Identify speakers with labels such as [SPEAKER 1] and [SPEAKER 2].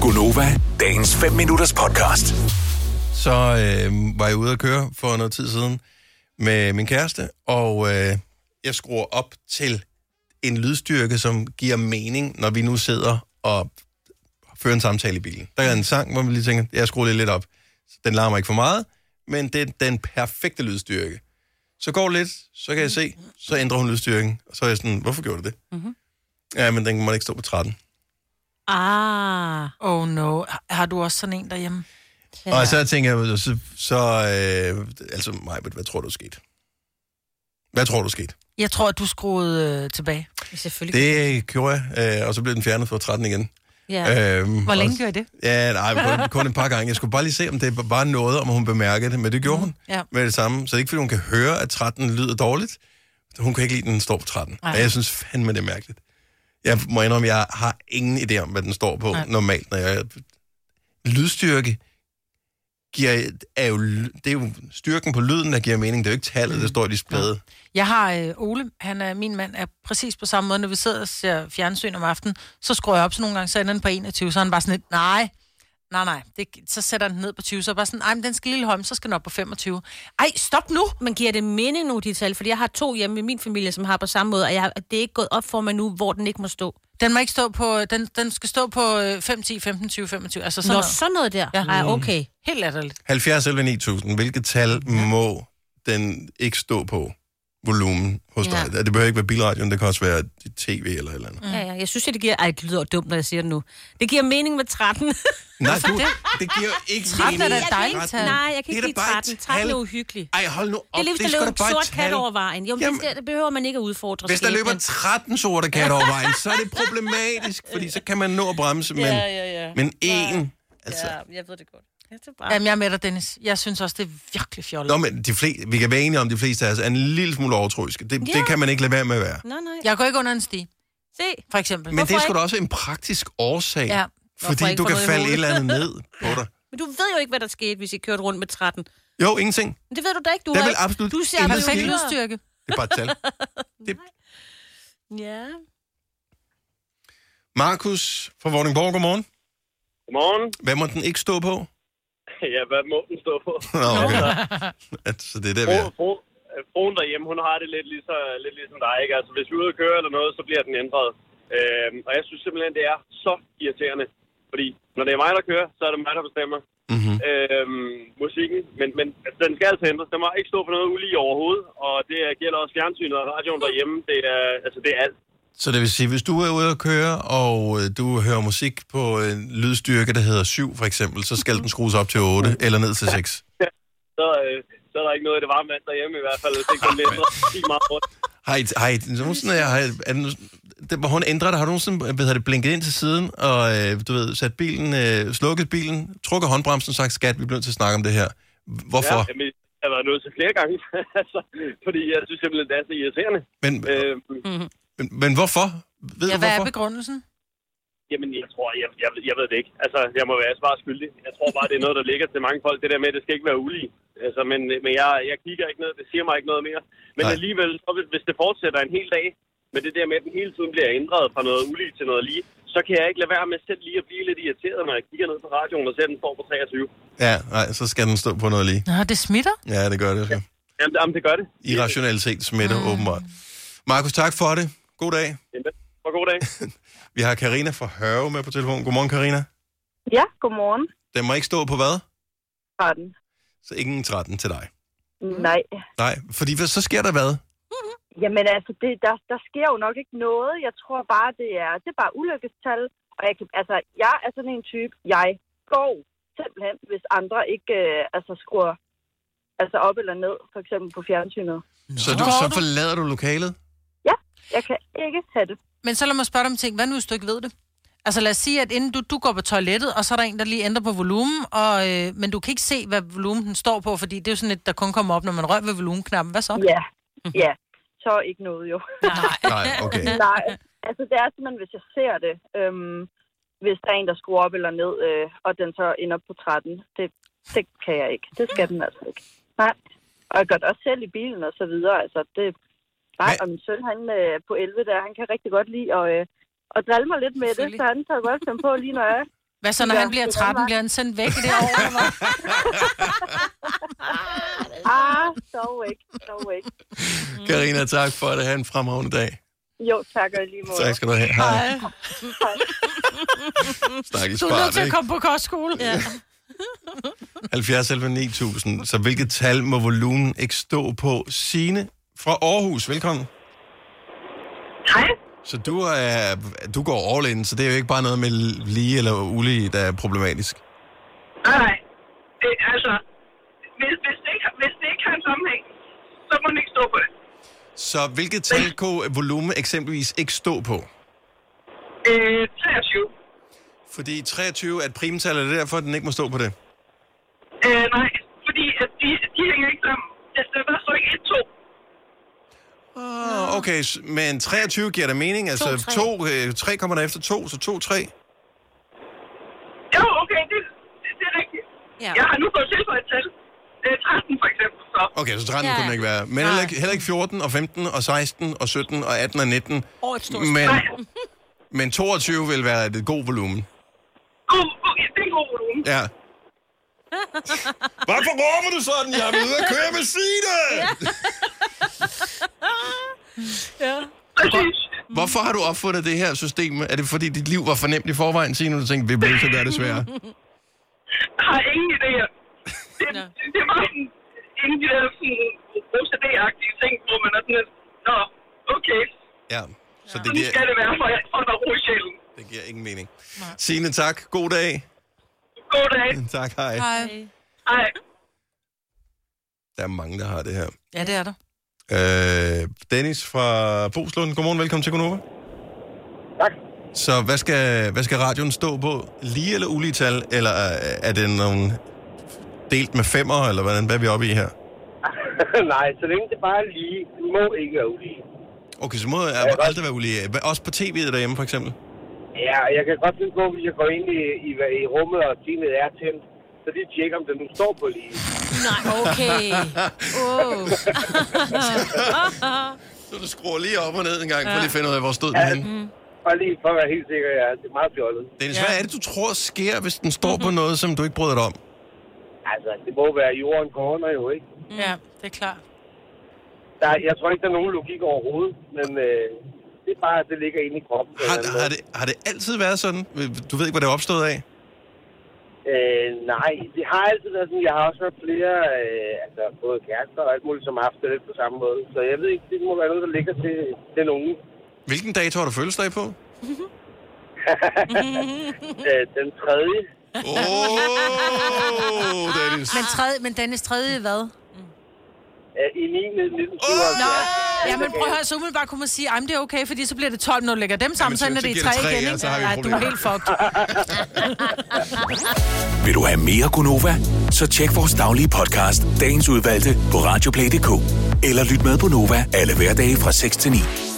[SPEAKER 1] Gunova, dagens 5 minutters podcast.
[SPEAKER 2] så øh, var jeg ude at køre for noget tid siden med min kæreste, og øh, jeg skruer op til en lydstyrke, som giver mening, når vi nu sidder og fører en samtale i bilen. Der er en sang, hvor man lige tænker, jeg skruer lige lidt op. Den larmer ikke for meget, men det er den perfekte lydstyrke. Så går lidt, så kan jeg se, så ændrer hun lydstyrken, og så er jeg sådan, hvorfor gjorde du det? Mm-hmm. Ja, men den må ikke stå på 13.
[SPEAKER 3] Ah,
[SPEAKER 4] Oh no. Har- Har du også sådan en derhjemme?
[SPEAKER 2] Ja. Og så tænker jeg, så, så øh, altså, Majbet, hvad tror du skete? Hvad tror du skete?
[SPEAKER 4] Jeg tror, at du skruede øh, tilbage.
[SPEAKER 3] selvfølgelig. Det,
[SPEAKER 2] Det gjorde jeg, øh, og så blev den fjernet fra 13 igen.
[SPEAKER 3] ja.
[SPEAKER 2] Ja. Øhm,
[SPEAKER 4] Hvor længe
[SPEAKER 2] og,
[SPEAKER 4] gjorde I det?
[SPEAKER 2] Ja, nej, kun, kun et par gange. Jeg skulle bare lige se, om det var noget, om hun bemærkede det, men det gjorde hun
[SPEAKER 4] Ja.
[SPEAKER 2] med det samme. Så det er ikke, fordi hun kan høre, at 13 lyder dårligt. Hun kan ikke lide, at den står på 13.
[SPEAKER 4] Nej.
[SPEAKER 2] Og jeg synes fandme, det er mærkeligt. Jeg må indrømme, jeg har ingen idé om, hvad den står på Nej.
[SPEAKER 4] Nej.
[SPEAKER 2] normalt. Når jeg... Lydstyrke giver, er jo, det er jo styrken på lyden, der giver mening. Det er jo ikke tallet, mm. det står i displayet.
[SPEAKER 4] Jeg har øh, Ole, han er, min mand, er præcis på samme måde. Når vi sidder og ser fjernsyn om aftenen, så skruer jeg op, så nogle gange så ender den på 21, så er han bare sådan lidt, nej, nej, nej. Det, så sætter han den ned på 20, så er jeg bare sådan, nej, men den skal lille højme, så skal den op på 25. Ej, stop nu!
[SPEAKER 3] Men giver det mening nu, de tal? Fordi jeg har to hjemme i min familie, som har på samme måde, og jeg, har- det er ikke gået op for mig nu, hvor den ikke må stå.
[SPEAKER 4] Den må ikke stå på, den, den skal stå på øh, 5, 10, 15, 20, 25, altså sådan
[SPEAKER 3] Nå,
[SPEAKER 4] noget.
[SPEAKER 3] sådan noget der.
[SPEAKER 4] Ja.
[SPEAKER 3] Ej, okay.
[SPEAKER 2] Mm.
[SPEAKER 4] Helt latterligt.
[SPEAKER 2] 70 eller 9000, hvilket tal må den ikke stå på volumen hos
[SPEAKER 3] Ja. Mm.
[SPEAKER 2] dig? Det behøver ikke være bilradioen, det kan også være tv eller et eller andet.
[SPEAKER 3] Ja, ja. Jeg synes, at det giver... Ej, det lyder dumt, når jeg siger det nu. Det giver mening med 13.
[SPEAKER 2] Nej, du, det giver jo ikke
[SPEAKER 4] 13 er da et dejligt
[SPEAKER 3] Nej,
[SPEAKER 4] tal.
[SPEAKER 3] jeg
[SPEAKER 2] Det
[SPEAKER 3] kan
[SPEAKER 2] er
[SPEAKER 3] ikke
[SPEAKER 2] da
[SPEAKER 3] lide
[SPEAKER 2] bare et
[SPEAKER 3] 13. 13 er
[SPEAKER 2] tal.
[SPEAKER 3] uhyggeligt.
[SPEAKER 2] Ej, hold nu op.
[SPEAKER 3] Det er lige, hvis
[SPEAKER 2] sgu
[SPEAKER 3] der løber
[SPEAKER 2] da
[SPEAKER 3] en
[SPEAKER 2] bare et
[SPEAKER 3] sort kat
[SPEAKER 2] tal.
[SPEAKER 3] over vejen. Jo, men
[SPEAKER 2] Jamen-
[SPEAKER 3] det, skal, det behøver man ikke at udfordre
[SPEAKER 2] Hvis der løber
[SPEAKER 3] skæbnen.
[SPEAKER 2] 13 sorte katte over vejen, så er det problematisk, fordi så kan man nå at bremse, men,
[SPEAKER 3] Ja, ja, ja.
[SPEAKER 2] men én... Altså,
[SPEAKER 3] Ja, jeg ved det godt. Ja, det er bare...
[SPEAKER 4] Jamen, jeg er med dig, Dennis. Jeg synes også, det er virkelig fjollet.
[SPEAKER 2] Nå, men de fleste, vi kan være enige om, at de fleste af os er en lille smule overtroiske. Det,
[SPEAKER 3] Ja.
[SPEAKER 2] det kan man ikke lade være med at være.
[SPEAKER 3] Nej, nej.
[SPEAKER 4] Jeg går ikke under en sti,
[SPEAKER 3] Se.
[SPEAKER 4] for eksempel.
[SPEAKER 2] Men det er sgu
[SPEAKER 3] ikke?
[SPEAKER 2] da også en praktisk årsag,
[SPEAKER 4] Ja.
[SPEAKER 2] ja. fordi
[SPEAKER 3] ikke
[SPEAKER 2] du
[SPEAKER 3] få
[SPEAKER 2] kan
[SPEAKER 3] noget i
[SPEAKER 2] falde et
[SPEAKER 3] hovedet?
[SPEAKER 2] eller andet ned på dig.
[SPEAKER 3] Men du ved jo ikke, hvad der skete, hvis I kørte rundt med 13.
[SPEAKER 2] Jo, ingenting.
[SPEAKER 3] Men det ved du da ikke. Du
[SPEAKER 2] Der er
[SPEAKER 3] har
[SPEAKER 2] vel
[SPEAKER 3] ikke...
[SPEAKER 2] absolut
[SPEAKER 3] du ser
[SPEAKER 2] intet
[SPEAKER 3] perfekt
[SPEAKER 2] sket.
[SPEAKER 4] Perfekt lydstyrke.
[SPEAKER 2] Det er bare et tal. Det...
[SPEAKER 3] Ja.
[SPEAKER 2] Markus fra Vordingborg, godmorgen.
[SPEAKER 5] Godmorgen.
[SPEAKER 2] Hvad må den ikke stå på?
[SPEAKER 5] Ja, hvad må den stå på?
[SPEAKER 2] Nå, okay. Så det er der, vi
[SPEAKER 5] Fro-
[SPEAKER 2] er.
[SPEAKER 5] fro- øh, Fruen derhjemme, hun har det lidt, ligesom, lidt ligesom dig, ikke? Altså, hvis vi er ude at køre eller noget, så bliver den ændret. Øhm, og jeg synes simpelthen, det er så irriterende. Fordi når det er mig, der kører, så er det mig, der bestemmer
[SPEAKER 2] Mm-hmm.
[SPEAKER 5] øhm, musikken. Men, men altså, den skal altså ændres. Den må ikke stå for noget ulige overhovedet. Og det øh, gælder også fjernsynet og radioen derhjemme. Det er, altså, det er alt.
[SPEAKER 2] Så det vil sige, hvis du er ude at køre, og øh, du hører musik på en lydstyrke, der hedder 7 for eksempel, så skal den skrues op til 8 eller ned til 6.
[SPEAKER 5] Så, øh, så er der ikke noget i det varme vand derhjemme i hvert fald. Hvis ikke den bliver ændret lige meget rundt.
[SPEAKER 2] Har I, har I nogensinde, har I, er det, det, hvor hun ændrer det, har du nogensinde hvad hedder det, blinket ind til siden, og øh, du ved, sat bilen, øh, slukket bilen, trukket håndbremsen og sagt, skat, vi bliver nødt til at snakke om det her. Hvorfor?
[SPEAKER 5] Ja, jamen, jeg har været nødt til flere gange. altså, fordi jeg synes simpelthen, det er så irriterende.
[SPEAKER 2] men,
[SPEAKER 5] Øh,
[SPEAKER 2] men, men hvorfor? Ved
[SPEAKER 4] Ja,
[SPEAKER 2] du
[SPEAKER 4] hvad er
[SPEAKER 2] hvorfor?
[SPEAKER 4] begrundelsen?
[SPEAKER 5] jamen, jeg tror, jeg, jeg, ved- jeg ved det ikke. Altså, jeg må være svar skyldig. Jeg tror bare, det er noget, der ligger til mange folk. Det der med, at det skal ikke være ulige. Altså, men men jeg, jeg kigger ikke ned. Det siger mig ikke noget mere. Men
[SPEAKER 2] Nej.
[SPEAKER 5] Nej. alligevel, så hvis, hvis det fortsætter en hel dag, men det der med, at den hele tiden bliver ændret fra noget ulige til noget lige, så kan jeg ikke lade være med selv lige at blive lidt irriteret, når jeg kigger ned på radioen og ser, at den står på 23.
[SPEAKER 2] Ja, nej, så skal den stå på noget lige.
[SPEAKER 4] Nå, det smitter.
[SPEAKER 2] Ja, det gør det. Så.
[SPEAKER 5] Jamen, jamen det gør det.
[SPEAKER 2] Irrationalitet smitter mm. åbenbart. Markus, tak for det. God dag.
[SPEAKER 5] Jamen, og god dag.
[SPEAKER 2] Vi har Karina fra Hørve med på telefonen. Godmorgen, Karina.
[SPEAKER 6] Ja, godmorgen.
[SPEAKER 2] Den må ikke stå på hvad?
[SPEAKER 6] Har den.
[SPEAKER 2] Så ingen 13 til dig.
[SPEAKER 6] Nej.
[SPEAKER 2] Nej, fordi hvad- så sker der hvad?
[SPEAKER 6] Jamen altså, det, der, der sker jo nok ikke noget. Jeg tror bare, det er, det er bare ulykkestal. Og jeg, kan, altså, jeg er sådan en type, jeg går simpelthen, hvis andre ikke øh, altså, skruer altså op eller ned, for eksempel på fjernsynet.
[SPEAKER 2] Så, du,
[SPEAKER 4] Går
[SPEAKER 2] så
[SPEAKER 4] du?
[SPEAKER 2] forlader du lokalet?
[SPEAKER 6] Jeg kan ikke tage det.
[SPEAKER 4] Men så lad mig spørge dig om en ting. Hvad nu, hvis du ikke ved det? Altså lad os sige, at inden du, du går på toilettet, og så er der en, der lige ændrer på volumen, og, øh, men du kan ikke se, hvad volumen den står på, fordi det er jo sådan et, der kun kommer op, når man rører ved volumenknappen. Hvad så?
[SPEAKER 6] Ja, ja. Så ikke noget jo.
[SPEAKER 2] Nej, okay.
[SPEAKER 6] Nej, altså det er simpelthen, hvis jeg ser det, øhm, hvis der er en, der skruer op eller ned, øh, og den så ender på 13, det, det kan jeg ikke. Det skal den altså ikke. Nej. Og jeg gør det også selv i bilen og så videre. Altså det bare,
[SPEAKER 2] Hvad-
[SPEAKER 6] og min søn, han øh, på 11 der, han kan rigtig godt lide at, øh, at drille mig lidt med det,
[SPEAKER 4] Selvfølgelig.
[SPEAKER 6] så han tager godt finde på lige når jeg
[SPEAKER 4] Hvad så, når
[SPEAKER 6] Ja,
[SPEAKER 4] han bliver
[SPEAKER 6] det er
[SPEAKER 4] 13,
[SPEAKER 6] godt.
[SPEAKER 4] bliver han sendt væk i det år? eller hvad?
[SPEAKER 6] Ah, dog ikke, dog ikke.
[SPEAKER 2] Mm. Karina, tak for det. Ha' en fremragende dag.
[SPEAKER 6] Jo, tak og i lige måde.
[SPEAKER 2] Tak skal du have. Hej.
[SPEAKER 6] Hej.
[SPEAKER 2] Stakkels
[SPEAKER 4] Du er nødt
[SPEAKER 2] barn,
[SPEAKER 4] til at
[SPEAKER 2] ikke?
[SPEAKER 4] komme på kostskole. Ja.
[SPEAKER 2] 70 11 9000. Så hvilket tal må volumen ikke stå på? Sine fra Aarhus, velkommen.
[SPEAKER 6] Hej.
[SPEAKER 2] Så du, er, du går all in, så det er jo ikke bare noget med lige eller ulige, der er problematisk.
[SPEAKER 7] Nej, nej. Det, altså, hvis, hvis, det ikke, hvis det ikke har en sammenhæng, så må den ikke stå på det.
[SPEAKER 2] Så hvilket tal kunne volumen eksempelvis ikke stå på?
[SPEAKER 7] Øh, 23.
[SPEAKER 2] Fordi 23 er et primtal, og det er derfor, at den ikke må stå på det.
[SPEAKER 7] Øh, nej, fordi at de, de hænger ikke sammen. Altså, der står ikke 1, 2.
[SPEAKER 2] Ah, okay, s- men 23 giver da mening. Altså
[SPEAKER 3] tre.
[SPEAKER 2] 2, 3 kommer der efter 2, så 2, 3.
[SPEAKER 7] Jo, okay, det, det, det er rigtigt.
[SPEAKER 3] Ja.
[SPEAKER 7] Jeg har nu fået tilføjet et tal. Øh, 13 for eksempel, så.
[SPEAKER 2] Okay, så 13 ja.
[SPEAKER 3] Ja.
[SPEAKER 2] kunne den ikke være. Men
[SPEAKER 3] Nej.
[SPEAKER 2] heller ikke, heller ikke 14 og 15 og 16 og 17 og 18 og 19.
[SPEAKER 4] Over et stort
[SPEAKER 2] Men,
[SPEAKER 7] Nej,
[SPEAKER 2] men 22 vil være et god volumen.
[SPEAKER 7] god, god, ja, det er en god volumen.
[SPEAKER 2] Ja. Hvorfor råber du sådan? Jeg er ude at køre med Sine!
[SPEAKER 7] Præcis.
[SPEAKER 2] Hvorfor har du opfundet det her system? Er det fordi dit liv var fornemt i forvejen, Signe, og du tænkte, vi bliver nødt til at gøre det sværere?
[SPEAKER 7] Jeg har ingen idéer. Det, det, det er bare sådan, en af de der sådan, OCD-agtige ting, hvor man er sådan lidt, nå, okay,
[SPEAKER 2] Ja. Så det
[SPEAKER 7] sådan
[SPEAKER 2] giver,
[SPEAKER 7] skal det være, for jeg for at der er ro i sjælen.
[SPEAKER 2] det giver ingen mening. Signe, tak. God dag.
[SPEAKER 7] God dag.
[SPEAKER 2] Tak, hej.
[SPEAKER 4] Hej.
[SPEAKER 7] Hej.
[SPEAKER 2] Der er mange, der har det her.
[SPEAKER 4] Ja, det er der.
[SPEAKER 2] Øh, Dennis fra Boslund. Godmorgen, velkommen til Konoba.
[SPEAKER 5] Tak.
[SPEAKER 2] Så hvad skal, hvad skal radioen stå på? Lige eller ulige tal? Eller er er det nogle delt med femmer, eller hvordan, hvad er vi oppe i her?
[SPEAKER 5] Nej, så længe det bare er lige, det må ikke være ulige.
[SPEAKER 2] Okay, så må jeg aldrig være ulige. Hva- Også på tv'et derhjemme, for eksempel.
[SPEAKER 5] Ja, og jeg kan godt finde på, hvis jeg går ind i, i, i rummet, og timet er tændt, så lige tjekker, om den nu står på lige.
[SPEAKER 3] Nej, okay. Oh.
[SPEAKER 2] Så du skruer lige op og ned en gang, for lige at finde ud af, hvor stod den henne.
[SPEAKER 5] Bare lige for at være helt sikker, ja, det er meget fjollet.
[SPEAKER 2] Dennis, hvad er det, du tror sker, hvis den står på noget, som du ikke bryder dig om?
[SPEAKER 5] Altså, det må være jorden corner jo, ikke?
[SPEAKER 4] Ja, det er klart.
[SPEAKER 5] Der, er- jeg tror ikke, der er nogen logik overhovedet, men øh, det er bare, at det ligger inde i kroppen. på en eller anden
[SPEAKER 2] Har, har,
[SPEAKER 5] måde.
[SPEAKER 2] det, har det altid været sådan? Du ved ikke, hvad det er opstået af?
[SPEAKER 5] Øh, nej, det har altid været sådan. Jeg har også været flere, øh, altså både kærester og alt muligt, som har haft det lidt på samme måde. Så jeg ved ikke, det må være noget, der ligger til, til nogen.
[SPEAKER 2] Hvilken dato har du fødselsdag på?
[SPEAKER 5] Øh, den tredje,
[SPEAKER 2] Åh, oh, Dennis.
[SPEAKER 4] Men, tredje, men Dennis tredje hvad?
[SPEAKER 5] øh, i 9. 1977.
[SPEAKER 4] Nå, ja, men prøv at høre, så umiddelbart kunne man sige, at det er okay, fordi så bliver det 12, når du lægger dem
[SPEAKER 2] Jamen,
[SPEAKER 4] sammen, så
[SPEAKER 2] så-
[SPEAKER 4] ender
[SPEAKER 2] så
[SPEAKER 4] det i
[SPEAKER 2] giver det
[SPEAKER 4] 3
[SPEAKER 2] tre,
[SPEAKER 4] igen,
[SPEAKER 2] ja,
[SPEAKER 4] ikke?
[SPEAKER 2] så har vi et
[SPEAKER 4] Ej, du er
[SPEAKER 2] problem.
[SPEAKER 4] helt fucked.
[SPEAKER 1] Vil du have mere Gunova? Så tjek vores daglige podcast, dagens udvalgte, på radioplay.dk. Eller lyt med på Nova alle hverdage fra 6 til 9.